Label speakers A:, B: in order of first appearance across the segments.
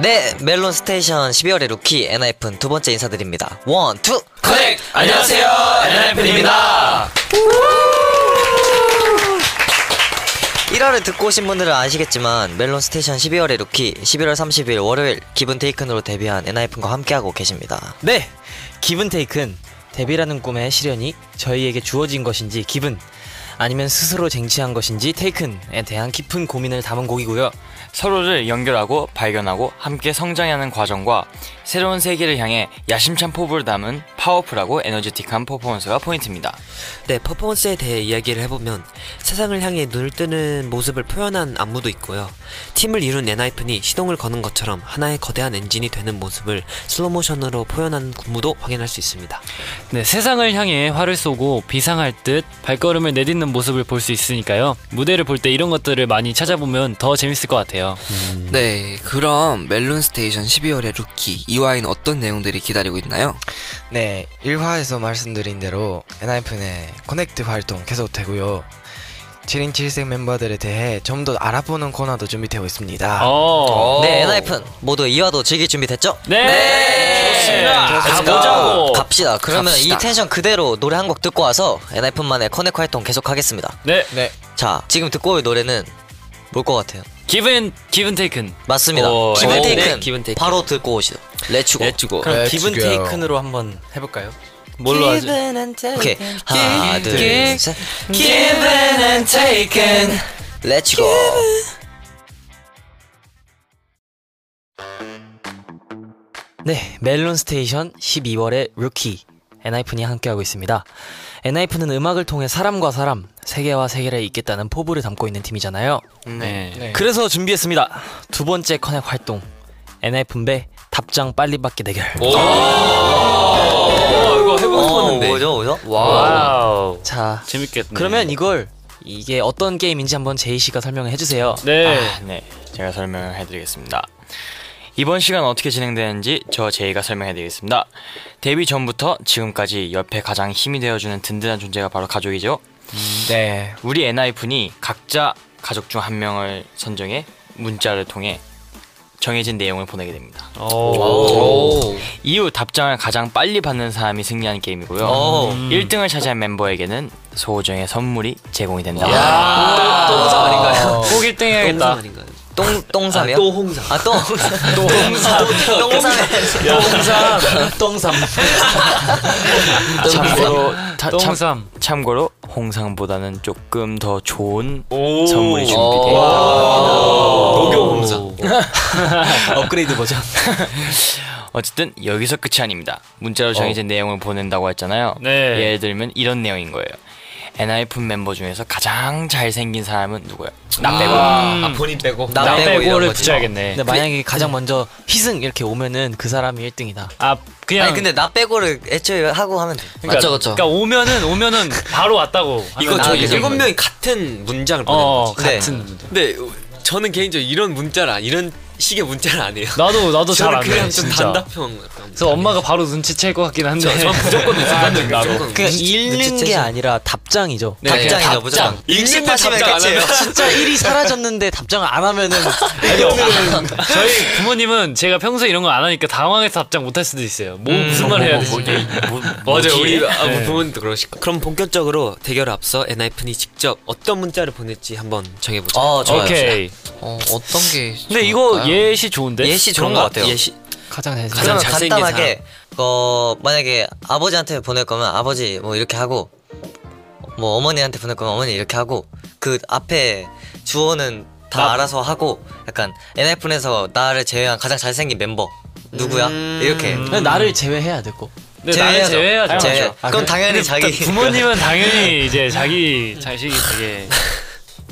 A: 네, 멜론 스테이션 12월의 루키 엔하이픈 두 번째 인사드립니다. 원, 투.
B: 커넥! 안녕하세요, 엔하이픈입니다.
A: 1화를 듣고 오신 분들은 아시겠지만 멜론 스테이션 12월의 루키 11월 30일 월요일 기분 테이큰으로 데뷔한 엔하이픈과 함께하고 계십니다.
C: 네! 기분 테이큰 데뷔라는 꿈의 실현이 저희에게 주어진 것인지 기분 아니면 스스로 쟁취한 것인지 테이큰에 대한 깊은 고민을 담은 곡이고요
B: 서로를 연결하고 발견하고 함께 성장하는 과정과 새로운 세계를 향해 야심찬 포부를 담은 파워풀하고 에너지틱한 퍼포먼스가 포인트입니다.
D: 네, 퍼포먼스에 대해 이야기를 해보면 세상을 향해 눈을 뜨는 모습을 표현한 안무도 있고요. 팀을 이룬 엔하이픈이 시동을 거는 것처럼 하나의 거대한 엔진이 되는 모습을 슬로모션으로 표현한 군무도 확인할 수 있습니다.
E: 네, 세상을 향해 활을 쏘고 비상할 듯 발걸음을 내딛는 모습을 볼 수 있으니까요. 무대를 볼 때 이런 것들을 많이 찾아보면 더 재밌을 것 같아요.
F: 네, 그럼 멜론 스테이션 12월의 루키 이화인 어떤 내용들이 기다리고 있나요?
G: 네, 1화에서 말씀드린 대로 엔하이픈의 커넥트 활동 계속되고요. 7인 7색 멤버들에 대해 좀 더 알아보는 코너도 준비되고 있습니다.
C: 아,
E: 어.
A: 네, 엔하이픈 모두 2화도 즐길 준비 됐죠? 네,
E: 네. 가보자고.
A: 갑시다. 그러면
F: 갑시다.
A: 이 텐션 그대로 노래 한 곡 듣고 와서 엔하이픈만의 커넥 활동 계속하겠습니다.
E: 네.
A: 자, 지금 듣고 올 노래는 뭘 것 같아요?
E: 기분 기분 테이큰.
A: 맞습니다.
E: 오,
A: 기분
E: 오,
A: 테이큰
E: 네,
A: 기분
E: 기분
A: 테이큰
E: 테이큰.
A: 바로 듣고 오시죠. 렛츠고.
E: 렛츠고.
C: 그럼
G: 네,
C: 기분
G: 지겨요.
C: 테이큰으로 한번 해볼까요? 뭘로 하죠?
A: 오케이 하나 둘셋 Given and taken Let's go
C: 네, 멜론 스테이션 12월의 루키 엔하이픈이 함께하고 있습니다. 엔하이픈은 음악을 통해 사람과 사람, 세계와 세계를 잇겠다는 포부를 담고 있는 팀이잖아요.
E: 네.
C: 그래서 준비했습니다. 두 번째 커넥 활동 엔하이픈 배 답장 빨리 받기 대결.
A: 오 어, 뭐죠 뭐죠
E: 와우.
C: 자,
E: 재밌겠네.
C: 그러면 이걸 이게 어떤 게임인지 한번 제이 씨가 설명해 주세요.
E: 네.
B: 아, 네. 제가 설명을 해드리겠습니다. 이번 시간 어떻게 진행되는지 저 제이가 설명해드리겠습니다. 데뷔 전부터 지금까지 옆에 가장 힘이 되어주는 든든한 존재가 바로 가족이죠.
G: 네.
B: 우리 엔하이픈이 각자 가족 중 한 명을 선정해 문자를 통해 정해진 내용을 보내게 됩니다.
E: 어.
B: 이후 답장을 가장 빨리 받는 사람이 승리하는 게임이고요.
A: 오.
B: 1등을 차지한 멤버에게는 소정의 선물이 제공이 된다.
D: 똥사 아닌가요?
E: 어. 꼭 1등
D: 똥사
E: 해야겠다.
D: 아닌가요?
A: 똥 똥삼이요
D: 또홍사.
A: 아똥 똥삼 똥삼
C: 똥삼.
B: 아, 참고로 다- 참,
E: 똥삼.
B: 참고로 홍상보다는 조금 더 좋은 선물이 준비되어 있다.
D: 어.
C: 업그레이드 버전.
D: 음.
B: 어쨌든 여기서 끝이 아닙니다. 문자로 정해진 내용을 보낸다고 했잖아요.
E: 네.
B: 예를 들면 이런 내용인 거예요. 엔하이픈 멤버 중에서 가장 잘생긴 사람은 누구야? 나 빼고.
E: 아, 본인 빼고.
A: 나
E: 나
A: 빼고 이런
E: 빼고를
A: 거지.
E: 붙여야겠네.
C: 근데 만약에 가장 먼저 희승 이렇게 오면은 그 사람이 1등이다.
E: 아, 그냥
A: 아니 근데 나 빼고를 애초에 하고 하면 돼
E: 그러니까,
F: 맞죠, 맞죠.
E: 그러니까 오면은 오면은 바로 왔다고.
D: 이거
E: 하면
D: 저
E: 나가게 되는
D: 일곱
E: 거예요.
D: 명이 같은 문장을 보내는
E: 어,
D: 거지.
E: 어,
A: 네.
E: 같은 분들.
D: 근데 저는 개인적으로 이런 문자를 안, 이런 식의 문자를 안 해요.
E: 나도 나도 잘
D: 저는
E: 안 해.
D: 그냥 좀
E: 진짜.
D: 단답형. 약간 뭐.
E: 그래서 엄마가 바로 눈치챌 것 같긴 한데. 저 무조건 눈치챈다고.
D: 조금
C: 그러니까 읽는 네. 게 아니라 답장이죠.
A: 답장이죠 무조건
D: 읽는 거
A: 답장
D: 답장 안 하면
C: 진짜 일이 사라졌는데 답장을 안 하면은
E: 저희 부모님은 제가 평소에 이런 거 안 하니까 당황해서 답장 못 할 수도 있어요. 뭐 무슨 말 해야 되지?
B: 뭐,
E: 맞아 우리
D: 아, 뭐
E: 네.
D: 부모님도 그러실 거. 그럼 본격적으로 대결 앞서 엔하이픈이 직접 어떤 문자를 보낼지 한번 정해보자.
A: 어 좋아요
E: 오케이.
F: 어, 어떤 게
E: 근데 이거 예시 좋은데?
A: 예시 좋은 것 같아요
D: 예시
C: 가장 잘생.
A: 그러면
D: 가장 잘생긴
A: 간단하게 어 만약에 아버지한테 보낼 거면 아버지 뭐 이렇게 하고 뭐 어머니한테 보낼 거면 어머니 이렇게 하고 그 앞에 주어는 다
E: 나.
A: 알아서 하고 약간 NF에서 나를 제외한 가장 잘생긴 멤버 누구야
F: 음.
A: 이렇게
C: 나를 제외해야 되고.
E: 근데 음. 네, 나는 제외해야죠.
A: 제외.
E: 당연하죠.
A: 그럼 당연히 자기
E: 부모님은 당연히 이제 자기 자식이 되게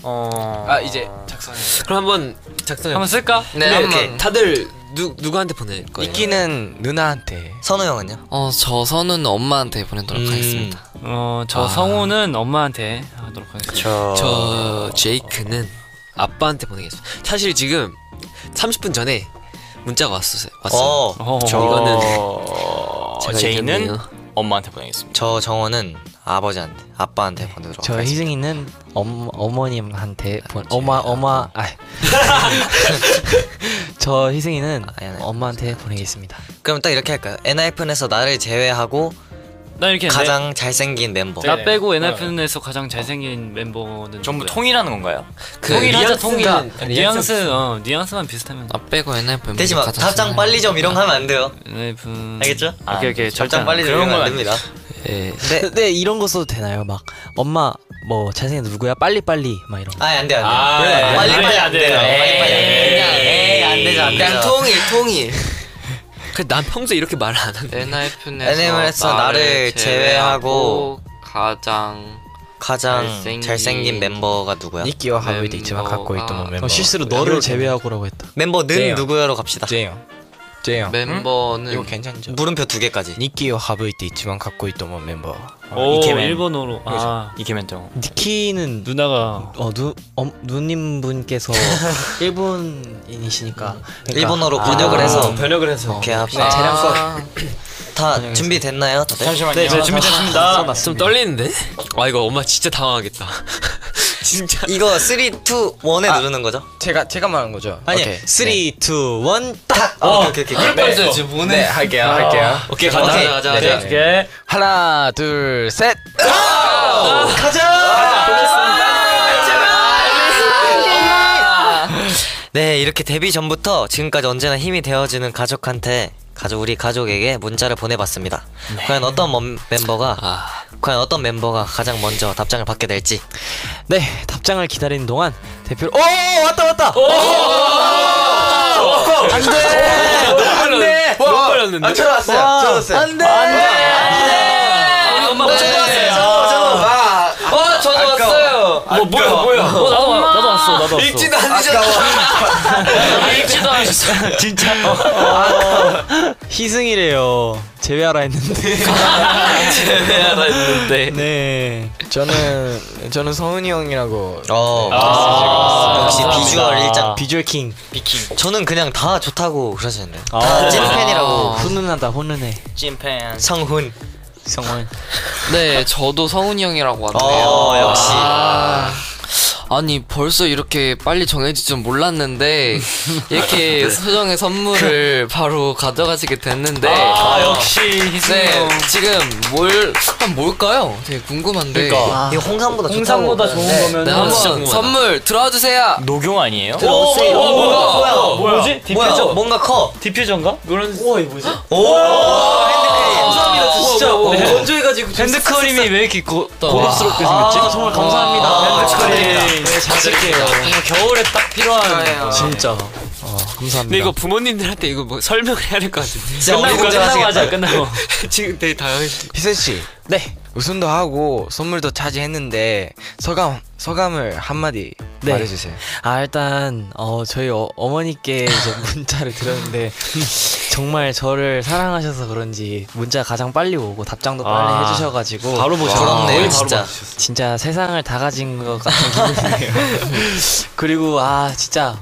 E: 어.
F: 아, 이제 작성해.
D: 그럼 한번 작성해.
E: 한번 쓸까?
F: 네,
A: 근데
F: 한번
A: 이렇게
D: 다들 누 누구한테 보낼 거예요?
G: 이끼는 누나한테.
A: 선우 형은요? 음.
F: 어, 저 선은 엄마한테 보내도록 하겠습니다.
E: 어, 저 성우는 엄마한테 하도록 하겠습니다.
B: 저...
D: 저 제이크는 아빠한테 보내겠습니다. 사실 지금 30분 전에 문자가 왔었어요. 왔어요.
A: 어,
E: 어,
D: 이거는
B: 제이는
D: 이겼네요.
B: 엄마한테 보내겠습니다.
A: 저 정원은 아버지한테 아빠한테 보내도록
C: 저
A: 하겠습니다.
C: 희승이는 엄, 어머님한테 보, 엄마 엄마 아. 저 희승이는
A: 아, 예, 네.
C: 엄마한테 보내겠습니다.
A: 그럼 딱 이렇게 할까요? NIFN에서 나를 제외하고
E: 난 이렇게
A: 가장 잘생긴 멤버.
E: 나 빼고 NFN에서 가장 잘생긴 멤버는
B: 전부
E: 누구야?
B: 통일하는 건가요?
F: 그
E: 통일하자 통일
D: 아,
F: 뉘앙스가-
E: 뉘앙스 어 뉘앙스만 비슷하면
F: 나 빼고 NF
A: 대신 막 답장 빨리 좀 이런 거 하면 안 돼요.
E: 음. NF
A: 알겠죠?
B: 아, 오케이 오케이
A: 답장 빨리 좀 이러면
B: 그런 건
A: 안
B: 아니-
A: 됩니다.
C: 네.
A: 네.
C: 근데 이런 거 써도 되나요? 막 엄마 뭐 잘생긴 누구야? 빨리 빨리 막 이런 거.
A: 아안 돼, 안 돼.
E: 아,
A: 그래,
E: 안
A: 빨리
E: 돼,
A: 빨리
E: 안
A: 안
E: 돼요.
A: 돼요. 빨리 빨리 안 돼요. 그냥 에이, 안 되죠, 안
F: 그냥
A: 되죠.
F: 통일 통일
D: 그난 평소에 이렇게 말을 안 하는데.
F: NFN에서
A: NFN에서 나를 제외하고
F: 가장
A: 가장
F: 잘생긴-
A: 잘생긴 멤버가 누구야?
G: 니끼와 하위도 있지만 갖고
F: 멤버가-
G: 있던 멤버.
C: 어, 실수로 너를 제외하고라고 했다.
A: 멤버 는
G: 네.
A: 누구야로 갑시다.
G: 제형. 제형.
F: 멤버는
G: 이거 괜찮죠?
A: 물음표 두 개까지.
G: 니끼와 하위도 있지만 갖고 있던 멤버.
E: 오
B: 이케맨.
E: 일본어로 아
B: 이케멘 형
C: 니키는
E: 누나가
C: 어누 어, 누님 분께서
G: 음.
C: 일본인이시니까 그러니까
A: 일본어로 번역을 해서
C: 번역을 해서
A: 이렇게 합시다.
F: 아,
A: 다 준비됐나요? 다들? 네,
B: 잠시만요
E: 준비됐습니다
D: 아, 좀 떨리는데? 와 이거 엄마 진짜 당황하겠다. 진짜.
A: 이거 3, 2, 1에 누르는 거죠?
G: 제가 제가 말한 거죠.
A: 아니,
G: 오케이.
A: 3, 2, 1, 딱! 어, 오케이, 오케이, 오케이.
G: 네, 네, 네, 할게요, 할게요.
A: 오케이, 가자,
F: 오케이.
A: 가자,
F: 네,
A: 가자.
F: 네.
E: 오케이
G: 하나, 둘, 셋.
A: 네, 이렇게 데뷔 전부터 지금까지 언제나 힘이 되어주는 가족한테 가족 우리 가족에게 문자를 보내봤습니다. 과연 어떤 멈- 멤버가 과연 어떤 멤버가 가장 먼저 답장을 받게 될지.
C: 네 답장을 기다리는 동안 대표로 오 왔다 왔다
D: 안돼. 못 걸렸는데.
G: 아, 들어왔어요. 들어왔어요. 아, 안돼.
B: 엄마 왔어요
G: 아,
F: 어 저도 왔어요
B: 뭐 뭐야 뭐야
E: 어 나도 와- 나도 왔어 나도 왔어
F: 읽지도 않으셨다
B: 읽지도 않으셨어
C: 희승이래요 제외하라 했는데
B: 제외하다 했는데
C: 네
G: 저는 저는 성은이 형이라고.
A: 어,
C: 아.
E: 아,
A: 역시
E: 감사합니다.
A: 비주얼 일장.
C: 비주얼 킹
B: 비킹
A: 저는 그냥 다 좋다고 그러셨네요. 다 찐팬이라고.
C: 어, 훈훈하다 훈훈해
B: 찐팬
A: 성훈.
C: 성원
E: 아.
F: 네 저도 성훈이 형이라고 왔네요
A: 어, 역시.
F: 아, 아니 벌써 이렇게 빨리 정해질 줄 몰랐는데 이렇게
E: 네.
F: 소정의 선물을 바로 가져가시게 됐는데
E: 그 아 역시 희승
F: 네 지금 뭘 한 뭘까요? 되게 궁금한데
E: 그러니까.
A: 이거 홍삼보다 좋다고.
E: 홍상보다 좋은 거면
F: 네 한번 선물 들어와 주세요.
B: 노경 아니에요?
A: 네. 들어오세요. 뭐야? 뭐야?
E: 뭐지?
A: 뭐야?
E: 디퓨저?
A: 뭔가 커.
E: 디퓨저인가? 노란 아,
A: 감사합니다.
F: 진짜
E: 뭐. 건조해가지고 핸드크림이 왜 이렇게 고, 고급스럽게
A: 아,
E: 생겼지?
A: 정말 감사합니다.
E: 네, 핸드크림
F: 겨울에 딱 필요한
C: 진짜 어,
D: 근데 이거 부모님들한테 이거 뭐 설명을 해야 될 것 같은데.
A: 진짜
E: 끝나고
A: 어디까지
E: 끝나고
A: 하시겠다.
E: 하자 끝나고
D: 지금 되게 당황했어.
G: 희선 씨. 네. 우승도 하고 선물도 차지했는데 소감 소감을 한마디
C: 네.
G: 말해주세요.
C: 아 일단 어 저희 어, 어머니께 이제 문자를 드렸는데 정말 저를 사랑하셔서 그런지 문자 가장 빨리 오고 답장도 빨리
E: 아,
C: 해주셔가지고
E: 바로 보셨어
A: 부럽네요, 진짜.
C: 진짜 세상을 다 가진 것 같은 기분이에요. 그리고 아 진짜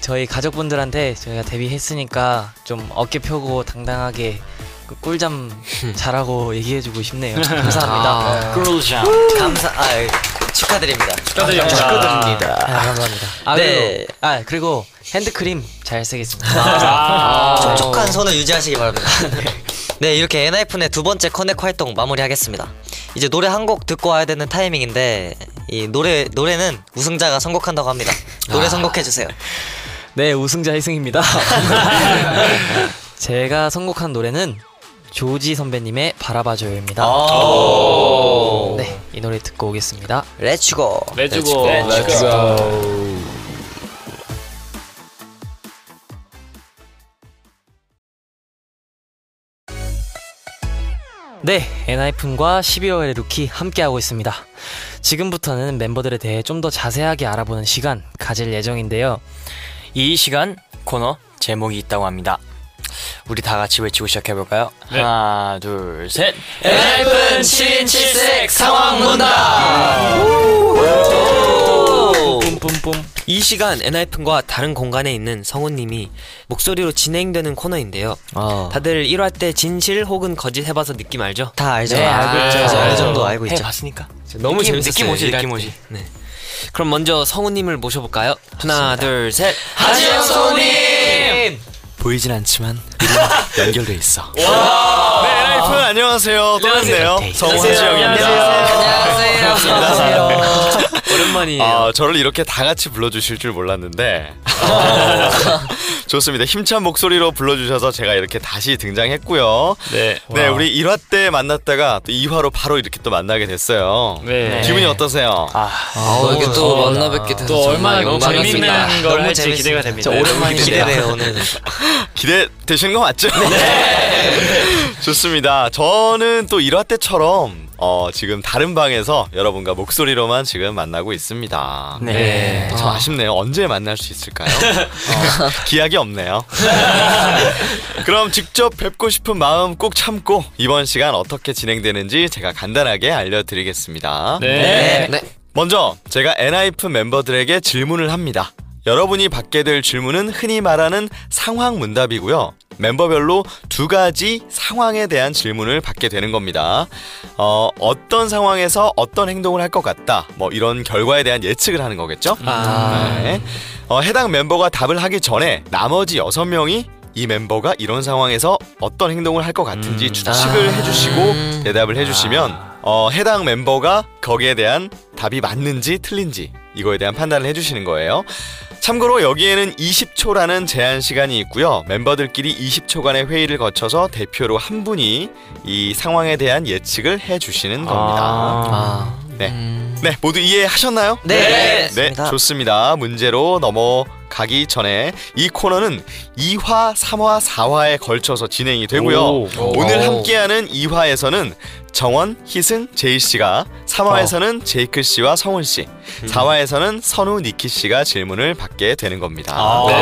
C: 저희 가족분들한테 저희가 데뷔했으니까 좀 어깨 펴고 당당하게 그 꿀잠 잘하고 얘기해주고 싶네요. 감사합니다.
B: 꿀잠
A: 감사. 아, 예. 축하드립니다.
E: 축하드립니다 축하드립니다
C: 아, 감사합니다. 아,
A: 네.
C: 그리고, 아 그리고 핸드크림 잘 쓰겠습니다.
A: 아, 촉촉한 손을 유지하시기 바랍니다. 네, 이렇게 엔하이픈의 두 번째 커넥 활동 마무리하겠습니다. 이제 노래 한 곡 듣고 와야 되는 타이밍인데 이 노래 노래는 우승자가 선곡한다고 합니다. 노래 선곡해 주세요.
C: 네, 우승자 희승입니다. 제가 선곡한 노래는 조지 선배님의 바라봐줘요입니다. 네, 이 노래 듣고 오겠습니다.
A: 렛츠고.
E: 레츠고 네,
C: 네, 엔하이픈과 12월의 루키 함께하고 있습니다. 지금부터는 멤버들에 대해 좀 더 자세하게 알아보는 시간 가질 예정인데요.
B: 이 시간 코너 제목이 있다고 합니다 우리 다 같이 외치고 시작해볼까요?
H: 네.
B: 하나 둘셋
F: 엘픈 777색 상황 문답.
C: 뿜뿜뿜.
D: 이 시간 엔하이픈과 다른 공간에 있는 성우님이 목소리로 진행되는 코너인데요. 다들 1화 때 진실 혹은 거짓 해봐서 느낌 알죠?
A: 다 알죠.
D: 네, 알고
A: 아,
D: 있죠.
A: 그래서 어느
D: 네.
A: 정도 알고 있죠.
B: 해봤으니까.
D: 너무
B: 느낌-
D: 재밌었어요.
B: 느낌 오지,
D: 일할
B: 느낌
D: 때.
B: 오지.
D: 네. 그럼 먼저 성우님을 모셔볼까요? 하나, 둘, 셋.
B: 하지영 성우님! 보이진 않지만 연결돼 있어. 네, 라이프 안녕하세요. 또는데요. 성우
F: 안녕하세요.
D: 오랜만이에요.
H: 아, 저를 이렇게 다 같이 불러주실 줄 몰랐는데 좋습니다. 힘찬 목소리로 불러주셔서 제가 이렇게 다시 등장했고요.
B: 네.
H: 네, 우리 1화 때 만났다가 또 2화로 바로 이렇게 또 만나게 됐어요.
E: 네.
H: 기분이 어떠세요?
F: 아, 이렇게 또 만나 뵙게 돼서
E: 또 얼마나
F: 정말
E: 재밌는
F: 영광이었습니다.
E: 걸
A: 네, 너무
E: 할지
A: 재밌습니다.
E: 기대가 됩니다.
A: 저 오랜만에 기대돼요 오늘.
H: 기대 되시는 거 맞죠? 좋습니다. 저는 또 1화 때처럼 어, 지금 다른 방에서 여러분과 목소리로만 지금 만나고 있습니다.
B: 네.
H: 참 아쉽네요. 언제 만날 수 있을까요? 어, 기약이 없네요. 그럼 직접 뵙고 싶은 마음 꼭 참고 이번 시간 어떻게 진행되는지 제가 간단하게 알려드리겠습니다.
E: 네.
F: 네.
H: 먼저 제가 엔하이픈 멤버들에게 질문을 합니다. 여러분이 받게 될 질문은 흔히 말하는 상황 문답이고요. 멤버별로 두 가지 상황에 대한 질문을 받게 되는 겁니다. 어, 어떤 상황에서 어떤 행동을 할 것 같다. 뭐 이런 결과에 대한 예측을 하는 거겠죠? 네. 어, 해당 멤버가 답을 하기 전에 나머지 여섯 명이 이 멤버가 이런 상황에서 어떤 행동을 할 것 같은지 추측을 해주시고 대답을 해주시면 어, 해당 멤버가 거기에 대한 답이 맞는지 틀린지 이거에 대한 판단을 해주시는 거예요. 참고로 여기에는 20초라는 제한 시간이 있고요. 멤버들끼리 20초간의 회의를 거쳐서 대표로 한 분이 이 상황에 대한 예측을 해주시는 겁니다. 네. 네, 모두 이해하셨나요?
A: 네.
H: 네, 좋습니다. 문제로 넘어가기 전에 이 코너는 2화, 3화, 4화에 걸쳐서 진행이
E: 네.
H: 되고요. 오. 늘 함께하는 2화에서는 정원, 희승, 제이 씨가 3화에서는 제이크 씨와 성훈 씨, 4화에서는 선우, 니키 씨가 질문을 받게 되는 겁니다. 네.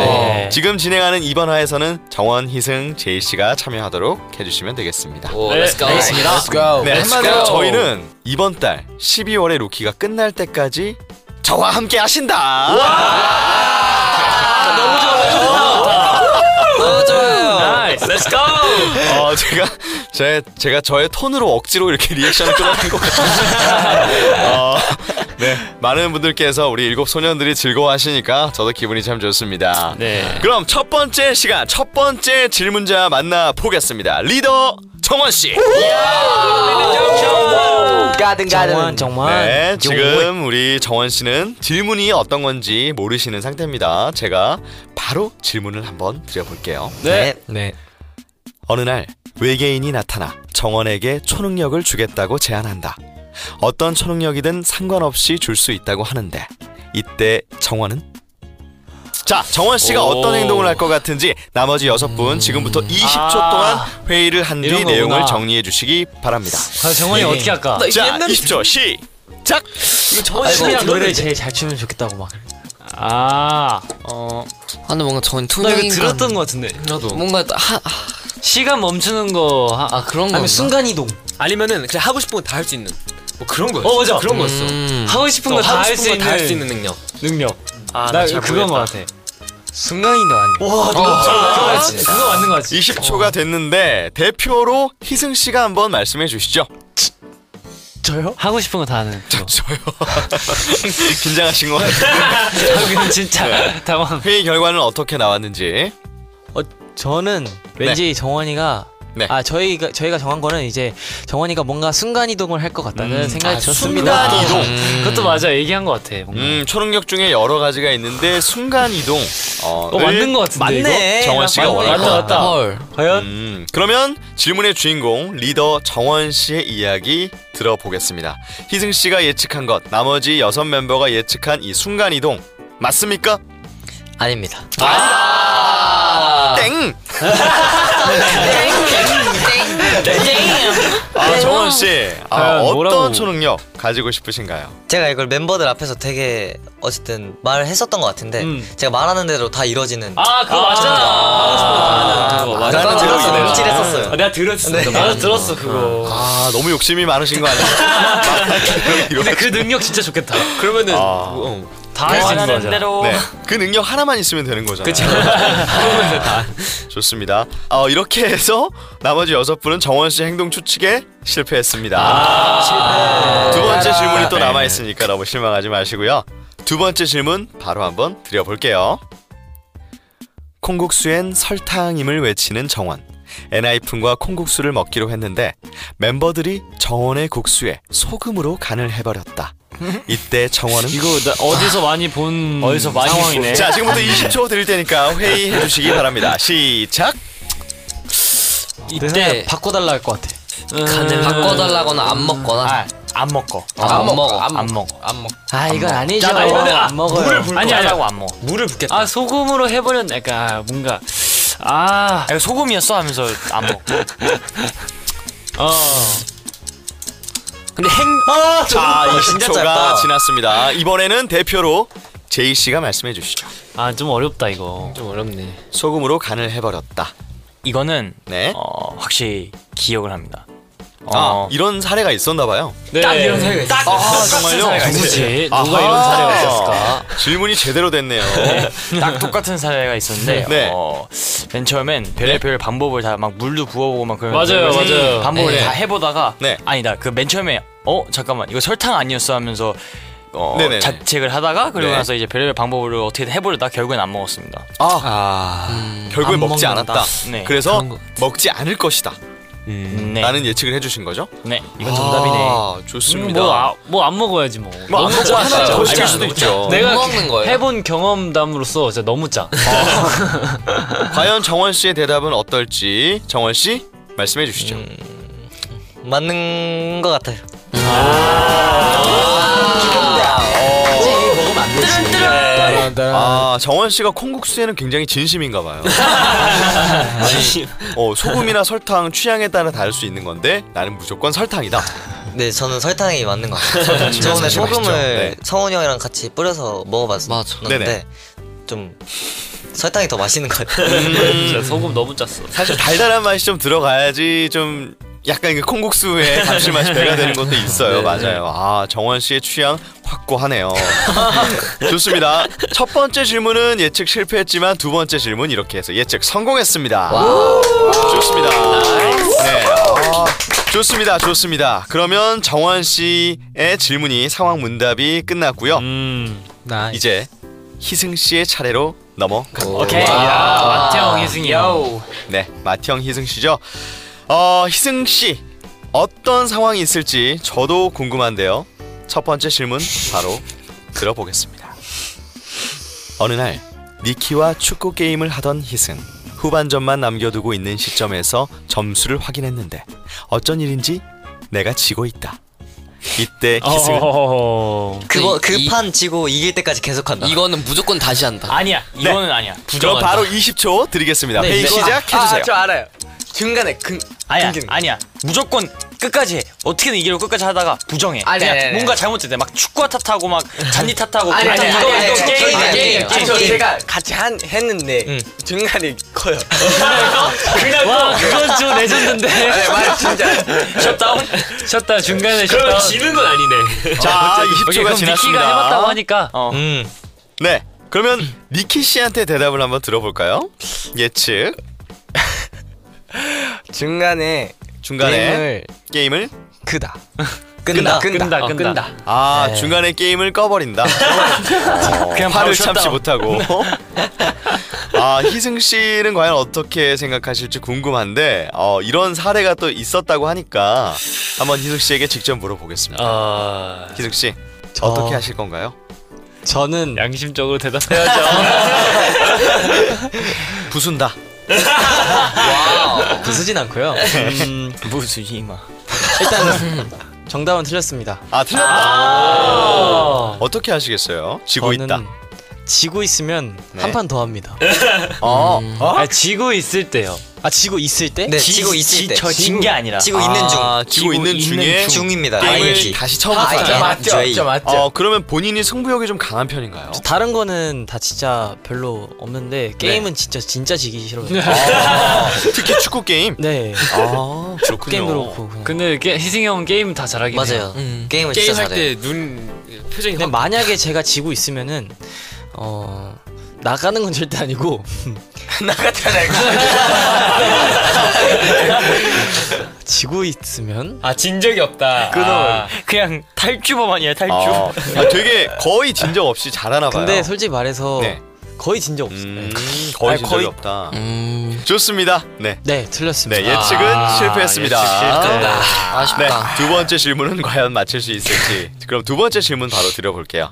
H: 네. 지금 진행하는 이번 화에서는 정원, 희승, 제이 씨가 참여하도록 해주시면 되겠습니다.
F: 오, 렛츠고.
G: Let's go.
H: 네,
F: Let's go.
H: 한마디로 저희는 이번 달 12월에 로키가 끝날 때까지 저와 함께 하신다. 아,
F: 너무 좋아요. 너무 좋아요.
H: 어, 제가 제 제가 저의 톤으로 억지로 이렇게 리액션을 끌어낸 것 같아요. 어, 네, 많은 분들께서 우리 일곱 소년들이 즐거워하시니까 저도 기분이 참 좋습니다.
E: 네.
H: 그럼 첫 번째 시간 첫 번째 질문자 만나 보겠습니다. 리더 정원 씨.
G: 가든
C: 정원
E: 아,
C: 정원
H: 네, 지금 우리 정원 씨는 질문이 어떤 건지 모르시는 상태입니다. 제가 바로 질문을 한번 드려볼게요.
A: 네.
G: 네.
H: 어느 날 외계인이 나타나 정원에게 초능력을 주겠다고 제안한다. 어떤 초능력이든 상관없이 줄 수 있다고 하는데 이때 정원은 자 정원 씨가 어떤 행동을 할 것 같은지 나머지 여섯 분 지금부터 20초 동안 회의를 한 뒤
E: 음. 아. 이런 거구나.
H: 내용을 정리해 주시기 바랍니다.
C: 아,
E: 과연 정원이 어떻게 할까?
H: 자 20초 시작.
C: 친구랑 노래를 제일 잘 추면 좋겠다고 막
E: 아.
F: 근데 뭔가 전
C: 나
F: 투명인
C: 이거 들었던 거 같은데
F: 뭔가 또 하,
E: 시간 멈추는 거 하-
F: 아 그런 거
C: 아니 순간 이동
D: 아니면은 그냥 하고 싶은 거 다 할 수 있는. 뭐 그런 거였어.
E: 어, 맞아.
D: 그런 거였어.
E: 하고 싶은 거 다 할 수 있는
D: 다할 수 있는 능력.
E: 능력. 아, 나 그건 거 같아. 어,
C: 순간 이동 아니야
E: 그거 맞는 거지. 어.
H: 20초가 됐는데 대표로 희승 씨가 한번 말씀해 주시죠.
C: 저요?
E: 하고 싶은 거 다 하는.
H: 저요. 긴장하신 것 같아요. 네.
E: 저는 진짜 당황.
H: 회의 결과는 어떻게 나왔는지.
C: 저는 왠지 정원이가
H: 네.
C: 아 저희가 저희가 정한 거는 이제 정원이가 뭔가 순간 이동을 할 것 같다는 생각이 들었습니다.
H: 순간 이동.
E: 음. 그것도 맞아. 얘기한 거 같아. 뭔가.
H: 음, 초능력 중에 여러 가지가 있는데 순간 이동. 어,
E: 어, 맞는 거 같은데
A: 맞네.
E: 이거?
H: 정원 씨가
E: 맞네.
H: 원할
E: 맞다
H: 거
E: 맞다.
F: 헐.
E: 과연
H: 음, 그러면 질문의 주인공 리더 정원 씨의 이야기 들어보겠습니다. 희승 씨가 예측한 것, 나머지 여섯 멤버가 예측한 이 순간 이동 맞습니까?
A: 아닙니다.
H: 땡. 아 정원 씨, 아,
E: 네. 과연 뭐라고-
H: 어떤 초능력 가지고 싶으신가요?
A: 제가 이걸 멤버들 앞에서 되게 어쨌든 말을 했었던 것 같은데 제가 말하는 대로 다 이루어지는.
E: 아 그거 맞잖아. 그거 맞아.
H: 말하는 대로
A: 들었어요.
H: 이루어지는.
D: 아,
A: 움찔했었어요.
E: 내가 들었어.
A: 네.
E: 나도 들었어 그거.
H: 아 너무 욕심이 많으신 거 아니에요?
E: 근데 그 능력 진짜 좋겠다.
D: 네. 그러면은
H: 아.
D: 뭐, 어,
E: 다 할 수 있는
B: 원하는
E: 거잖아.
B: 대로
H: 네. 그 능력 하나만 있으면 되는 거잖아요. 그렇죠. 좋습니다. 어, 이렇게 해서 나머지 여섯 분은 정원 씨 행동 추측에 실패했습니다.
E: 아,
H: 두 번째 질문이
E: 네.
H: 또 남아 있으니까 너무 실망하지 마시고요. 두 번째 질문 바로 한번 드려볼게요. 콩국수엔 설탕임을 외치는 정원. 엔하이픈과 콩국수를 먹기로 했는데 멤버들이 정원의 국수에 소금으로 간을 해버렸다. 이때 정원은
E: 이거 나 어디서 많이 본
B: 어디서 많이
E: 상황이네.
B: 본-
H: 자 지금부터 20초 드릴 테니까 회의해 주시기 바랍니다. 시작.
D: 네.
C: 이때 바꿔달라 할 것 같아.
D: 음.
F: 간을 바꿔달라거나 안
D: 아,
F: 먹거나
B: 안 먹고
F: 안 먹어.
B: 안 먹어
F: 안 먹.
C: 아 이건 아니죠.
B: 야, 나 이거는 아,
C: 안 먹어요.
E: 아니 아니
B: 하고 안 먹어
D: 물을 붓겠다.
E: 아 소금으로 해버렸네. 그러니까 뭔가
B: 아,
E: 아
B: 이거 소금이었어 하면서 안 먹고
E: 어.
F: 근데 행
H: 자
A: 진짜 짧다.
H: 20초가 지났습니다. 이번에는 대표로 제이 씨가 말씀해 주시죠.
E: 아 좀 어렵다 이거.
D: 좀 어렵네.
H: 소금으로 간을 해버렸다.
B: 이거는
H: 네.
B: 어, 확실히 기억을 합니다 어.
H: 아 이런 사례가 있었나 봐요.
E: 네. 딱 이런 사례가 있어.
H: 아 정말요?
E: 누구지? 누가 이런 사례가 있었을까?
H: 질문이 제대로 됐네요.
B: 딱 똑같은 사례가 있었는데
H: 네.
B: 어, 맨 처음엔 별의별 방법을 다 막 물도 부어보고 막 그런
E: 맞아요, 맞아요.
B: 방법을
H: 네.
B: 다 해보다가
H: 네.
B: 아니다 그 맨 처음에 어 잠깐만 이거 설탕 아니었어 하면서 어,
H: 네네네.
B: 자책을 하다가 그러고
H: 네.
B: 나서 이제 별의별 방법을 어떻게든 해보려다 결국엔 안 먹었습니다.
F: 아.
H: 결국에
B: 안
H: 먹지
B: 먹는다.
H: 않았다.
B: 네.
H: 그래서 먹지 않을 것이다.
B: 네.
H: 라는 예측을 해주신 거죠?
B: 네 이건 정답이네.
H: 음, 아,
B: 음,
H: 좋습니다.
E: 음, 뭐뭐 안 먹어야지 뭐.
H: 뭐안 먹고 하나 더 시킬 수도 있죠.
E: 내가
F: 못 먹는 거예요.
E: 해본 경험담으로서 진짜 너무 짜.
B: 음.
H: 과연 정원 씨의 대답은 어떨지 정원 씨 말씀해 주시죠.
A: 맞는 것 같아요.
H: 아 정원 씨가 콩국수에는 굉장히 진심인가 봐요. 진심. 어 소금이나 설탕 취향에 따라 다를 수 있는 건데 나는 무조건 설탕이다.
A: 네, 저는 설탕이 맞는 것 같아요. 저번에
H: 진짜 맛있죠.
A: 소금을
H: 네.
A: 성훈이 형이랑 같이 뿌려서
H: 네네.
A: 먹어봤는데 좀 설탕이 더 맛있는 것 같아요.
E: 진짜 소금 너무 짰어.
H: 사실 달달한 맛이 좀 들어가야지 좀 약간 그 콩국수의 감칠맛이 배가 되는 것도 있어요. 맞아요. 아 정원 씨의 취향 확고하네요. 좋습니다. 첫 번째 질문은 예측 실패했지만 두 번째 질문 이렇게 해서 예측 성공했습니다. 좋습니다. 네. 아, 좋습니다. 좋습니다. 그러면 정원 씨의 질문이 상황 문답이 끝났고요.
E: 음.
G: 나
H: 이제 희승 씨의 차례로 넘어갑니다.
E: 오케이. 아, 야, 마태형 희승이 형.
H: 네, 마티형 희승 씨죠. 어, 희승 씨 어떤 상황이 있을지 저도 궁금한데요. 첫 번째 질문 바로 들어보겠습니다. 어느 날 니키와 축구 게임을 하던 희승 후반전만 남겨두고 있는 시점에서 점수를 확인했는데 어쩐 일인지 내가 지고 있다. 이때 희승은
E: 어, 어허허허.
A: 그거
F: 이-
A: 그 판 지고 이길 때까지 계속한다.
F: 이거는 무조건 다시 한다.
B: 아니야
E: 네.
B: 이거는 아니야.
H: 그럼 바로 20초 드리겠습니다. 회의 시작해주세요.
F: 알아요. 중간에 근
B: 아니야 아니야 무조건 끝까지 해 어떻게든 이기려고 끝까지 하다가 부정해
F: 아니,
B: 그냥
F: 아니, 아니.
B: 뭔가 잘못됐대 막 축구 탓하고 막 잔디 탓하고
F: 아니,
B: 그냥
F: 아니,
B: 이거,
F: 아니,
B: 이거
F: 아니,
B: 게임,
F: 아니,
B: 게임,
F: 아니,
B: 게임,
F: 저
B: 게임.
F: 제가
D: 같이 한 했는데 중간에 커요.
E: 와, 그건 좀 레전드인데.
D: 말 진짜.
E: 셧다운? 셧다운 중간에 셧다운.
D: 건 아니네.
H: 자,
E: 오케이,
H: 20초가
E: 그럼
H: 지났습니다. 어.
E: 니키가 해봤다고 하니까
A: 음,
H: 네. 그러면 니키 씨한테 대답을 한번 들어볼까요? 예측
G: 중간에
H: 중간에
G: 게임을
H: 게임을,
G: 크다.
A: 끈다.
E: 끈다
B: 어,
E: 끈다.
H: 아 중간에 게임을 꺼버린다. 그냥 화를 참지 못하고. 아 희승 씨는 과연 어떻게 생각하실지 궁금한데 어, 이런 사례가 또 있었다고 하니까 한번 희승 씨에게 직접 물어보겠습니다.
E: 어...
H: 희승 씨 어떻게 하실 건가요?
G: 저는
B: 음.
E: 양심적으로 대답해야죠.
H: 부순다.
G: 부수진 않고요. 음,
B: 무슨 희망
G: 일단은 정답은 틀렸습니다.
H: 아 틀렸다. 어떻게 하시겠어요? 지고 있다.
C: 지고 있으면
H: 네.
C: 한 판 더 합니다.
H: 어. 어?
E: 아 지고 있을 때요.
C: 아 지고 있을 때?
A: 네, 지고 있을 때.
B: 저 진 게 아니라.
A: 지고 있는 중.
B: 아,
H: 지고 있는 중에
A: 중입니다.
H: 게임을
A: ING.
H: 다시 처음부터
E: 아,
H: 하자.
A: 맞죠, 맞죠,
G: 맞죠.
H: 어 그러면 본인이 승부욕이 좀 강한 편인가요?
C: 저 어? 다른 거는 다 진짜 별로 없는데
H: 네.
C: 게임은 진짜 진짜 지기 싫어요. 아.
H: 특히 축구 게임.
C: 네.
H: 네. 아 그렇군요.
C: 게임도 그렇고 그냥.
E: 근데 게, 희승이 형 게임 다 잘하긴 해요.
A: 맞아요. 게임을 진짜 잘해요.
F: 때눈 표정이
H: 어.
C: 근데 만약에 제가 지고 있으면은 어 나가는 건 절대 아니고 나갔다 날 지고 있으면
B: 아진 적이 없다. 아, 그냥 탈주범아니야 탈주.
H: 아, 아, 되게 거의 진 적 없이 잘하나 봐요.
C: 근데 솔직히 말해서
H: 네.
C: 거의 진적 없어요.
H: 음, 거의
C: 아니,
H: 진 적이
C: 거의-
H: 없다.
F: 음.
H: 좋습니다. 네.
C: 네
H: 네,
C: 틀렸습니다.
H: 예측은 실패했습니다. 네,
F: 아쉽다.
H: 두 번째 질문은 과연 맞힐 수 있을지. 그럼 두 번째 질문 바로 드려볼게요.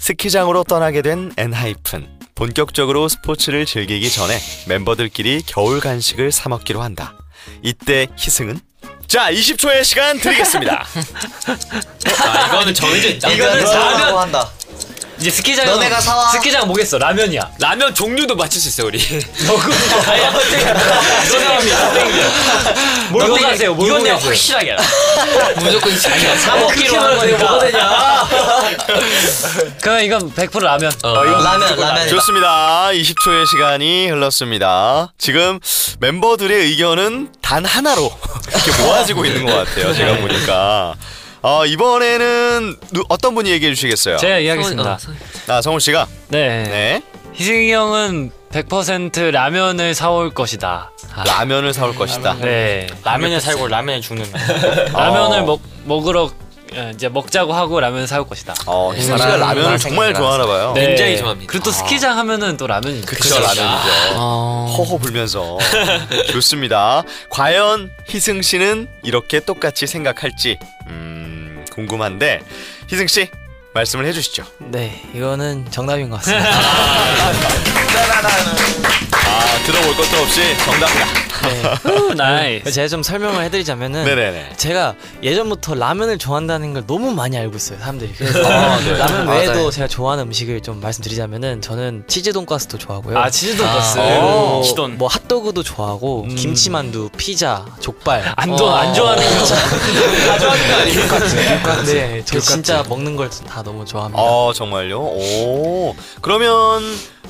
H: 스키장으로 떠나게 된 엔하이픈. 본격적으로 스포츠를 즐기기 전에 멤버들끼리 겨울 간식을 사 먹기로 한다. 이때 희승은 자, 20초의 시간 드리겠습니다.
B: 이거는 정해져 있다.
A: 이거는 사라고 한다.
E: 이제 스키장
A: 너네가 사와.
E: 스키장 뭐겠어? 라면이야.
F: 라면 종류도 맞출 수 있어 우리.
E: 몰고 가세요. 몰고
B: 이건 내가
E: 가세요.
B: 확실하게 알아.
F: 무조건 시켜.
E: 다 먹기로 한 거니까. 그럼 이건 100% 라면. 어,
A: 어. 라면, 라면.
H: 좋습니다. 20초의 시간이 흘렀습니다. 지금 멤버들의 의견은 단 하나로 이렇게 모아지고 있는 것 같아요. 제가 보니까. 어, 이번에는 누- 어떤 분이 얘기해 주시겠어요?
E: 제가 이야기했습니다.
H: 아, 성훈 씨가.
E: 네.
H: 네.
E: 희승이 형은 100% 라면을 사올 것이다.
H: 아. 라면을 사올 것이다.
E: 네.
B: 라면에 살고 라면에 죽는다.
E: 라면을
H: 어.
E: 먹 먹으러 예, 이제 먹자고 하고 라면 사올 것이다.
H: 어, 희승 씨가
A: 라면
H: 라면을
A: 생각이
H: 정말
A: 나서.
H: 좋아하나 봐요.
E: 네.
F: 굉장히 좋아합니다.
E: 그리고 또 스키장 하면은 또 라면이
H: 그쵸, 라면이죠. 허허 불면서. 좋습니다. 과연 희승 씨는 이렇게 똑같이 생각할지 음, 궁금한데 희승 씨 말씀을 해 주시죠.
C: 네 이거는 정답인 것 같습니다.
H: 아, 들어볼 것도 없이 정답이다.
E: 네. 나이스.
C: 네. 제가 좀 설명을 해드리자면은
H: 네네네.
C: 제가 예전부터 라면을 좋아한다는 걸 너무 많이 알고 있어요 사람들이 그래서
H: 아, 네.
C: 라면
A: 맞아요.
C: 외에도 제가 좋아하는 음식을 좀 말씀드리자면은 저는 치즈 돈가스도 좋아하고요
E: 아 치즈 돈가스.
H: 어.
B: 치돈.
C: 뭐 핫도그도 좋아하고
E: 음.
C: 김치만두 피자 족발
E: 안돈
A: 어.
E: 안 좋아하는
C: 네, 저 진짜 먹는 걸 다 너무 좋아합니다. 어,
H: 어, 정말요? 오. 그러면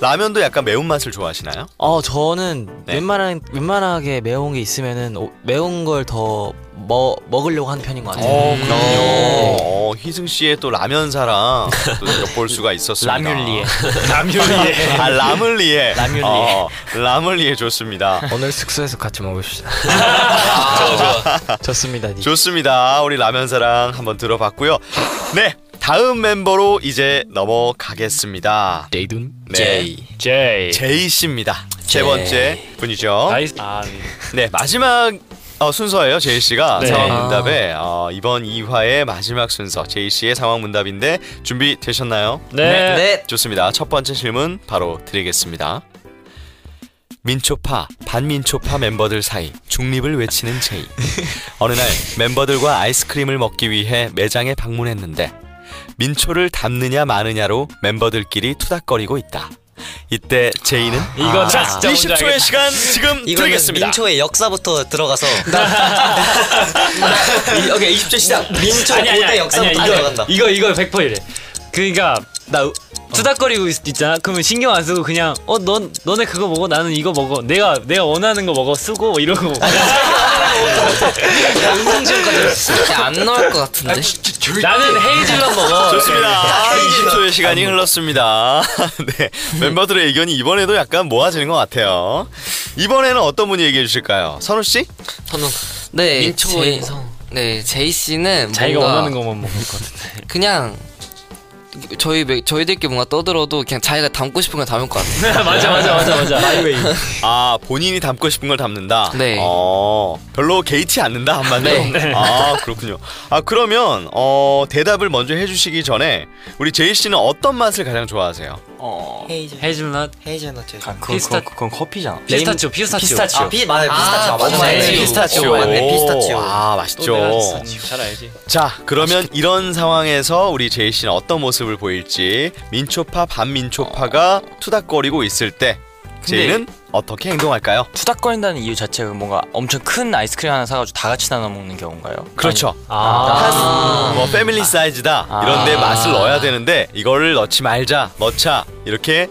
H: 라면도 약간 매운맛을 좋아하시나요?
C: 어, 저는
H: 네.
C: 웬만한 웬만하게 매운 게 있으면은 오- 매운 걸 더 먹으려고 하는 편인 것 같아요.
H: 그럼요. 어, 희승 씨의 또 라면 사랑 또 엿볼 수가 있었습니다.
B: 라뮬리에. 라뮬리에.
H: 아, 라물리에.
B: 라물리에.
H: 어, 라물리에 좋습니다. 아,
G: 오늘 숙소에서 같이 먹읍시다.
C: 좋습니다. 니.
H: 좋습니다. 우리 라면 사랑 한번 들어봤고요. 네. 다음 멤버로 이제 넘어가겠습니다.
G: 데이둔.
H: 네.
E: 제이.
H: 제이 씨입니다. 세 번째 분이죠.
E: 나이스. 아, 네.
H: 네 마지막 어, 순서예요 제이 씨가
E: 네.
H: 상황 문답에 어, 이번 2화의 마지막 순서 제이 씨의 상황 문답인데 준비 되셨나요?
E: 네.
A: 네.
H: 좋습니다. 첫 번째 질문 바로 드리겠습니다. 민초파, 반민초파 멤버들 사이 중립을 외치는 제이. 어느 날 멤버들과 아이스크림을 먹기 위해 매장에 방문했는데 민초를 담느냐 마느냐로 멤버들끼리 투닥거리고 있다. 이때 제이는
B: 이거
H: 자,
B: 나 진짜 뭔지
H: 20초의
B: 알겠다.
H: 시간 지금
A: 이거는
H: 드리겠습니다.
A: 민초의 역사부터 들어가서
F: 오케이 20초 시작.
A: 민초
E: 아니 아니
A: 고대
E: 아니,
A: 역사부터
E: 아니,
A: 들어간다. 어.
E: 이거 이거 이거 100%이래. 그러니까 나 투닥거리고 있, 있잖아. 그러면 신경 안 쓰고 그냥 어 넌 너네 그거 먹어 나는 이거 먹어 내가 내가 원하는 거 먹어 쓰고 뭐 이러고
F: 네, 안 나올 것 같은데.
E: 나는 헤이즐넛 먹어.
H: 좋습니다. 20초의 아, 시간이 흘렀습니다. 네. 멤버들의 의견이 이번에도 약간 모아지는 것 같아요. 이번에는 어떤 분이 얘기해 주실까요? 선우 씨?
F: 저는 네
D: 민초의
F: 제- 네 제이 씨는
E: 자기가
F: 뭔가
E: 원하는 것만 먹을 것 같아.
F: 그냥 저희 매- 저희들끼리 뭔가 떠들어도 그냥 자기가 담고 싶은 걸 담을 것 같아요.
E: 맞아 맞아 맞아 맞아. 마이웨이.
H: 아, 본인이 담고 싶은 걸 담는다.
F: 네.
H: 어, 별로 개의치 않는다 한마디로.
F: 네.
H: 아, 그렇군요. 아, 그러면 어, 대답을 먼저 해 주시기 전에 우리 제이 씨는 어떤 맛을 가장 좋아하세요?
B: 어.
D: 헤이즐
E: 헤이즐넛
D: 헤이즐넛 제일
B: 그건,
E: 피스타-
B: 그건, 그건 커피잖아.
E: 피스타치오 피스타치오
A: 아, 피 맞아요. 네, 피스타치오.
F: 아, 맞아요.
A: 맞아요. 맞아요.
H: 네. 피스타치오.
D: 맞네, 피스타치오.
H: 아,
E: 또
H: 맛있죠.
E: 내가 잘 알지
H: 자, 그러면 이런 상황에서 우리 제이 씨는 어떤 모습을 보일지 민초파 반민초파가 투닥거리고 있을 때 제이는 어떻게 행동할까요?
B: 투닥거린다는 아, 이유 자체가 뭔가 엄청 큰 아이스크림 하나 사가지고 다 같이 나눠 먹는 경우인가요?
H: 그렇죠.
E: 아
H: 뭐 패밀리 사이즈다 이런데 맛을 넣어야 되는데 이거를 넣지 말자, 넣자 이렇게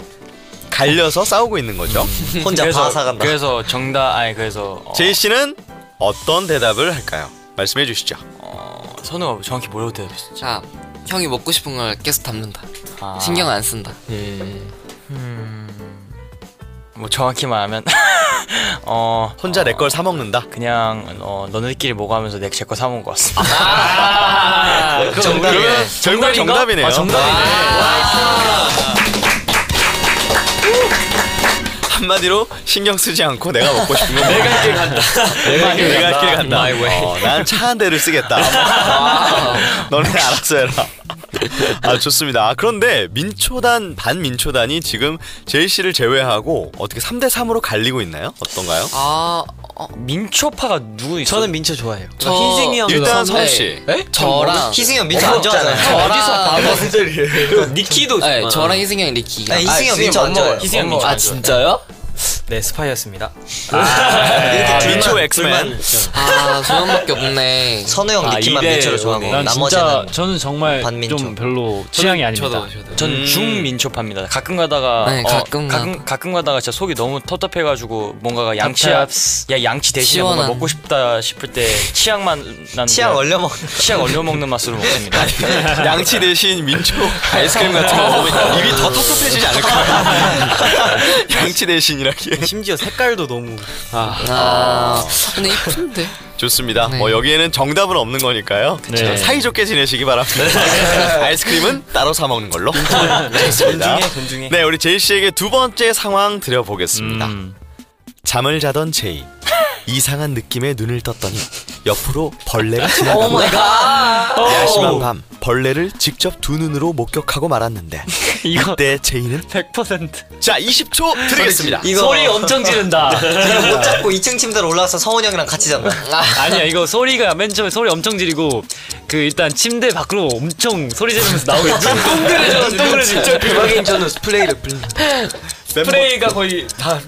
H: 갈려서 싸우고 있는 거죠.
A: 혼자
B: 그래서-
A: 파사간다.
B: 그래서 정답 아니 그래서 어,
H: 제이 씨는 어떤 대답을 할까요? 말씀해 주시죠.
B: 어, 선우가 정확히 뭐라고 대답했었지?
F: 자, 형이 먹고 싶은 걸 계속 담는다.
B: 아,
F: 신경 안 쓴다.
B: 예. 음. 뭐 정확히 말하면 어
H: 혼자 내 걸 사 먹는다.
B: 그냥 어 너네끼리 먹으면서 내 제 거 사 먹은 것 같습니다.
H: 아, 그러면 결국 어, 네. 정답이네요. 한마디로 신경 쓰지 않고 내가 먹고 싶은 거 아, 내가 할
B: 아,
H: 길 간다. 네, 내가 길 간다. 어, 난 차 한 대를 쓰겠다. 너네 알아서 해라. 아 좋습니다. 아, 그런데 민초단 반민초단이 지금 제이 씨를 제외하고 어떻게 3대 3으로 갈리고 있나요? 어떤가요?
F: 아,
B: 민초파가 누구 있어?
G: 저는 민초 그러니까 좋아해요.
F: 저
D: 흰색이 형
H: 일단
F: 선배.
H: 선우 씨.
G: 에?
F: 저랑
A: 어, 희승이 형 민초 안 좋아하잖아요.
D: 어,
F: 저랑
D: 니키도
F: 네, 저랑 희승이 형 리키.
A: 아니, 희승이 형 민초 안 좋아해요.
B: 희승이 형 민초
F: 아
B: 안 어, 좋아해요.
F: 진짜요?
G: 네 스파이였습니다.
H: 아, 민초 엑스맨.
F: 아, 소연밖에 없네.
A: 선우 형 니키만
B: 이대
A: 민초를 아, 좋아하고
B: 오네.
E: 아, 난 진짜
A: 나머지는
E: 저는 정말
A: 반민초.
E: 좀 별로 취향이 아닙니다
B: 전
H: 음.
B: 중민초파입니다. 가끔 가다가 어,
F: 네, 가끔
B: 가끔, 가끔 가다가 진짜 속이 너무 텁텁해가지고 뭔가가 양치 야
E: 탑탑스.
B: 양치 대신에 뭔가
F: 시원한.
B: 먹고 싶다 싶을 때 치약만 나는
A: 치약 얼려 먹는
B: 치약 얼려 먹는 맛으로 먹습니다.
H: 양치 대신 민초 아이스크림 같은 거 먹으면 입이 더 텁텁해지지 않을까요? 양치 대신이라기에.
G: 심지어 색깔도 너무
F: 아, 근데 이쁜데.
H: 좋습니다.
F: 네.
H: 뭐 여기에는 정답은 없는 거니까요.
E: 네.
H: 사이좋게 지내시기 바랍니다. 아이스크림은 따로 사 먹는 걸로. 좋습니다.
G: 존중해.
H: 네, 우리 제이 씨에게 두 번째 상황 드려보겠습니다.
E: 음.
H: 잠을 자던 제이 이상한 느낌에 눈을 떴더니 옆으로 벌레가 지나간다.
E: 어.
H: 야심한 밤 벌레를 직접 두 눈으로 목격하고 말았는데
E: 이거
H: 이때 제이는
E: 100%
H: 자 20초 드리겠습니다.
A: 이거
E: 소리 엄청 지른다
C: 네.
A: 이거 못 잡고 2층 침대로 올라가서 성훈 형이랑 같이 잔다.
E: 아니야 이거 소리가 맨 처음에 소리 엄청 지르고 그 일단 침대 밖으로 엄청 소리 지르면서 나오고 있지 동그래져 동그래져
G: 음악인 저는 스프레이를 뿌리.
H: 멤버-
E: 프레이가 거의 다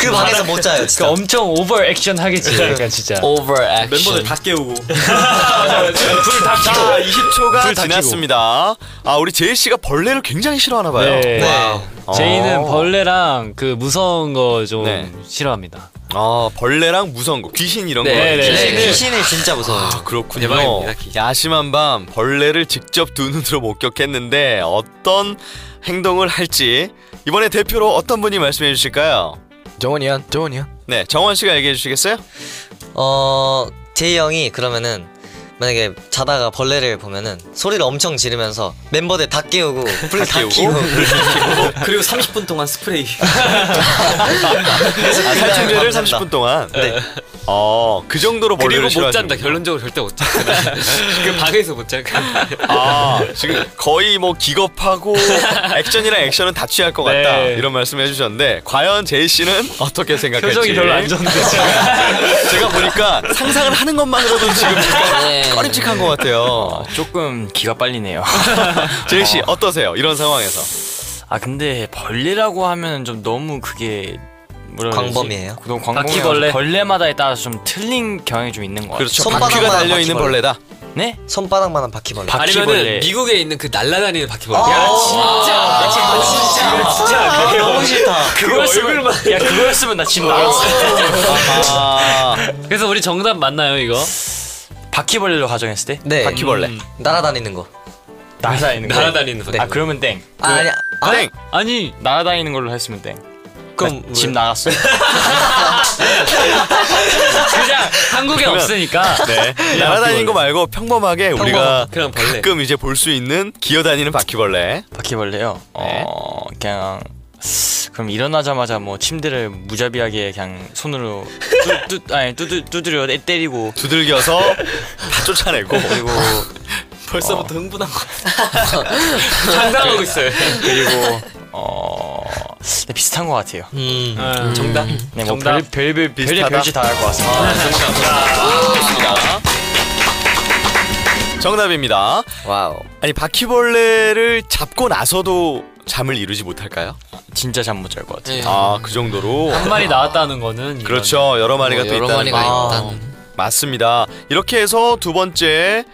A: 그 방에서 못 자요.
E: 그
A: 진짜.
E: 엄청 오버 액션 하겠지 그러니까 진짜
F: Over
G: 멤버들
F: action.
G: 다 깨우고.
E: 불다
H: 자 20초가
E: 불다 켜고.
H: 지났습니다. 아 우리 제이 씨가 벌레를 굉장히 싫어하나 봐요.
E: 네.
A: 와우.
E: 제이는
H: 어.
E: 벌레랑 그 무서운 거 좀
H: 네.
E: 싫어합니다.
H: 아 벌레랑 무서운 거 귀신 이런 거
E: 네, 네,
A: 귀신-
E: 네.
A: 귀신이 진짜 무서워요.
H: 아, 그렇군요.
G: 대박입니다, 귀신.
H: 야심한 밤 벌레를 직접 두 눈으로 목격했는데 어떤 행동을 할지 이번에 대표로 어떤 분이 말씀해 주실까요?
G: 정원이야, 정원이야.
H: 네 정원 씨가 얘기해 주시겠어요?
A: 어 제이 형이 그러면은 만약에 자다가 벌레를 보면은 소리를 엄청 지르면서 멤버들 다 깨우고 불 다
H: 깨우고,
A: 켜고
G: 그리고 30분 동안 스프레이.
C: 어.
H: 아, 살충제를 30분 동안.
A: 네.
H: 어그 정도로 벌레를 싫어하시는
G: 결론적으로 절대 못 잔다. 그 방에서 못 자.
H: 아 지금 거의 뭐 기겁하고 액션이랑 액션은 다 취할 것 같다
E: 네.
H: 이런 말씀을 해주셨는데 과연 제이 씨는 어떻게 생각할지
E: 표정이 별로 안 좋은데 지금.
H: 제가 보니까 상상을 하는 것만으로도 지금
F: 네.
H: 약간 꺼림칙한 것 같아요.
B: 어, 조금 기가 빨리네요.
H: 제이 씨 어떠세요? 이런 상황에서
B: 아 근데 벌레라고 하면 좀 너무 그게 뭐라 그러지?
A: 광범위해요?
B: 너무 광범위해요.
E: 바퀴벌레?
B: 벌레마다에 따라서 좀 틀린 경향이 좀 있는 것 같아요.
A: 손바닥만
H: 바퀴가 달려 있는
A: 바퀴벌레.
H: 벌레다.
B: 네?
A: 손바닥만한 바퀴벌레.
B: 바퀴벌레.
D: 미국에 있는 그 날아다니는 바퀴벌레
A: 아, 진짜 진짜 그게 아, 너무 싫다.
B: 그거였으면 야 그거였으면 나 지금 나갔어.
H: 아,
E: 그래서 우리 정답 맞나요 이거?
B: 바퀴벌레로 가정했을 때
A: 네
H: 바퀴벌레.
A: 날아다니는 거.
B: 날아다니는 거.
D: 날아다니는
B: 아 그러면 땡.
A: 아, 아니야. 아,
H: 땡.
E: 아니
B: 날아다니는 걸로 했으면 땡.
A: 그럼
B: 집 나갔어.
E: 그냥 한국에 없으니까
H: 네. 날아다니는 거 말고 평범하게 우리가
D: 그냥 벌레.
H: 가끔 이제 볼 수 있는 기어다니는 바퀴벌레.
B: 바퀴벌레요. 어 그냥 그럼 일어나자마자 뭐 침대를 무자비하게 그냥 손으로 뚜뚜 아니 뚜두 두드려 때- 때리고
H: 두들겨서 다 쫓아내고
B: 그리고
G: 벌써부터 흥분한 거.
B: 그리고 네. 어 네, 비슷한 것 같아요.
A: 음.
E: 음.
B: 정답? 네, 뭐
E: 정답.
B: 별, 별, 별, 별일
H: 비슷하다.
B: 별짓 다할 것 같습니다.
H: 정답입니다.
F: 와우.
H: 아니 바퀴벌레를 잡고 나서도 잠을 이루지 못할까요?
B: 진짜 잠 못 잘 것 같아요.
F: 예.
H: 아 그 정도로
E: 한 마리 나왔다는 거는
H: 그렇죠 여러 마리가
F: 뭐
H: 또
F: 여러
H: 있다는
F: 마리가
H: 거.
F: 있다는
H: 맞습니다. 이렇게 해서 두 번째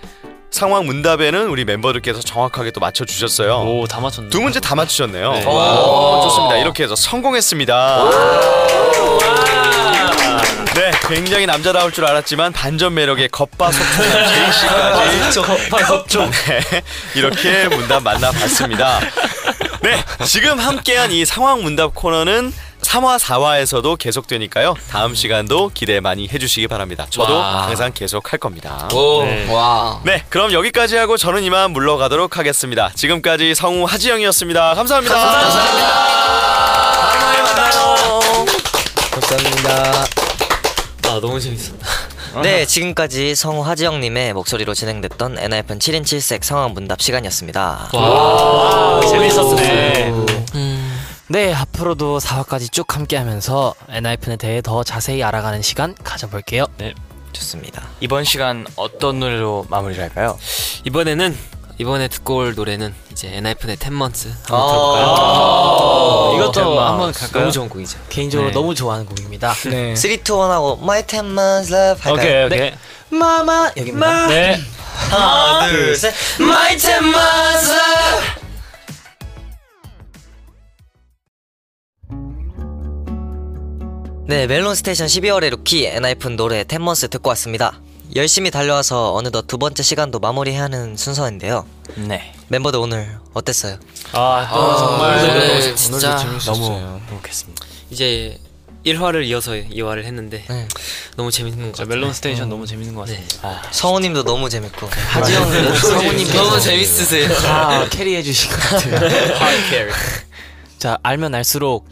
H: 상황 문답에는 우리 멤버들께서 정확하게 또 맞춰 주셨어요.
E: 오다 맞췄네.
H: 두 문제 다 맞추셨네요.
E: 네.
H: 오, 좋습니다. 이렇게 해서 성공했습니다. 네, 굉장히 남자다울 줄 알았지만 반전 매력의 겉바속촉한 제이 씨까지 겉바속촉 네, 이렇게 문답 만나봤습니다. 네, 지금 함께한 이 상황 문답 코너는 3화 4화에서도 계속되니까요. 다음 시간도 기대 많이 해주시기 바랍니다. 저도
F: 와.
H: 항상 계속 할 겁니다.
F: 오.
E: 네.
F: 와.
H: 네, 그럼 여기까지 하고 저는 이만 물러가도록 하겠습니다. 지금까지 성우 하지영이었습니다. 감사합니다. 감사합니다. 다음에 만나요.
G: 감사합니다.
B: 아, 너무 재밌어.
A: 네, 지금까지 성우 하지영님의 목소리로 진행됐던 NIFN 7인 7색 상황 문답 시간이었습니다.
E: 재밌었네.
C: 네, 앞으로도 4화까지 쭉 함께하면서 엔하이픈에 대해 더 자세히 알아가는 시간 가져볼게요.
E: 네.
A: 좋습니다.
B: 이번 시간 어떤 노래로 마무리를 할까요?
D: 이번에는 이번에 듣고 올 노래는 이제 엔하이픈의 10months
C: 이것도 한번
D: 너무 좋은 곡이죠.
C: 개인적으로
B: 네.
C: 너무 좋아하는 곡입니다.
G: 네.
A: 3, 2, 1하고 My Ten Months Love 할까요?
E: 오케이 오케이.
C: 마마 여기입니다.
E: 네.
A: 하나, 둘, 셋. My Ten Months Love 네, 멜론 스테이션 12월의 루키 엔하이픈 노래 텐먼스 듣고 왔습니다. 열심히 달려와서 어느덧 두 번째 시간도 마무리해야 하는 순서인데요.
B: 네.
A: 멤버들 오늘 어땠어요?
E: 아, 또 정말
F: 오늘 진짜
B: 너무 행복했습니다.
D: 이제 1화를 이어서 2화를 했는데
A: 네.
D: 너무 재밌는 것
E: 진짜
D: 같아요.
E: 멜론 스테이션 너무 재밌는 것 같습니다.
A: 성우님도 너무 재밌고
C: 하지영 성우님
F: 너무 재밌으세요.
D: 음.
A: 네.
C: 다 캐리해 주신 것 같아요. 자, 알면 알수록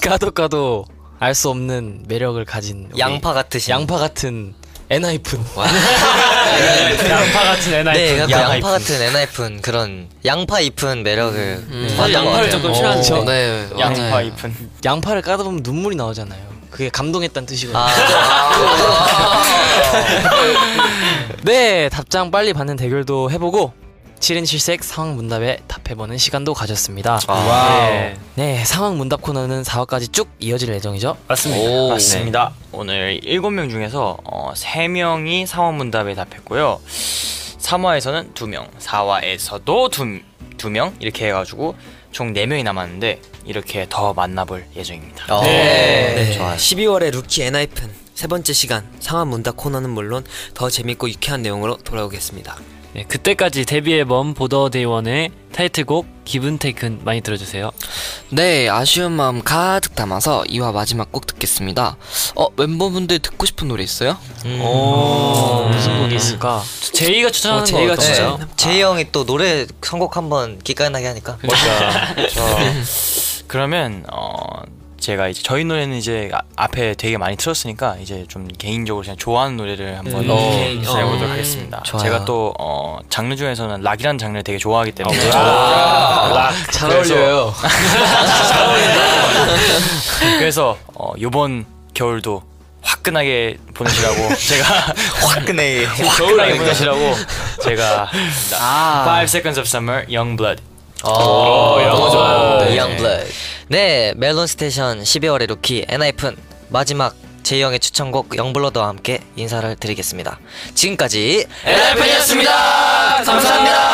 C: 까도 까도 알 수 없는 매력을 가진 우리
A: 양파 같으신
C: 양파 같은 엔하이픈.
E: 네, 양파 같은 애나이.
A: 네, 약간 양파,
E: 양파
A: 같은 엔하이픈 그런 양파 잎은 매력을 음.
F: 아, 양파를 조금
C: 싫어하죠.
F: 네.
B: 양파
F: 맞아요.
B: 잎은
C: 양파를 까다 보면 눈물이 나오잖아요. 그게 감동했다는 뜻이거든요.
A: 아.
C: 네, 답장 빨리 받는 대결도 해보고 7인 7색 상황 문답에 답해보는 시간도 가졌습니다.
A: 아.
E: 네.
C: 네, 상황 문답 코너는 4화까지 쭉 이어질 예정이죠.
A: 아,
E: 맞습니다.
B: 네, 맞습니다. 오늘 7명 중에서 어, 3명이 상원 문답에 답했고요. 3화에서는 2명, 4화에서도 2, 두명 이렇게 해가지고 총 4명이 남았는데 이렇게 더 만나볼 예정입니다.
D: 네.
A: 좋아요.
D: 12월에 루키 엔하이픈 세 번째 시간 상암 문답 코너는 물론 더 재밌고 유쾌한 내용으로 돌아오겠습니다.
E: 네, 그때까지 데뷔 앨범 보더 데이원의 타이틀곡 기분 테이큰 많이 들어주세요.
F: 네, 아쉬운 마음 가득 담아서 2화 마지막 곡 듣겠습니다. 어, 멤버분들 듣고 싶은 노래 있어요?
E: 오.
C: 무슨 곡이 있을까?
A: 음.
E: 제이가 추천하는 거
C: 어, 제이가
E: 제이가
A: 네,
E: 아, 진짜
A: 제이 형이 또 노래 선곡 한번 기깔나게 하니까 그러니까.
B: 그러면 어, 제가 이제 저희 노래는 이제 아- 앞에 되게 많이 틀었으니까 이제 좀 개인적으로 그냥 좋아하는 노래를 한번
D: 음.
B: 시작해보도록
D: 어.
B: 하겠습니다.
C: 좋아요.
B: 제가 또 어, 장르 중에서는 락이라는 장르를 되게 좋아하기 때문에
C: 잘 어울려요.
B: 그래서 어, 이번 겨울도 화끈하게 보내시라고 제가
A: 화끈해.
B: 화끈하게 보내시라고 제가
C: 아,
B: 5 Seconds of Summer, Young Blood
A: 영어
E: 좋아요.
A: 네. 네, 멜론 스테이션 12월의 루키 엔하이픈 마지막 제이 형의 추천곡 영블러드와 함께 인사를 드리겠습니다. 지금까지 엔하이픈이었습니다. 감사합니다.
E: 아,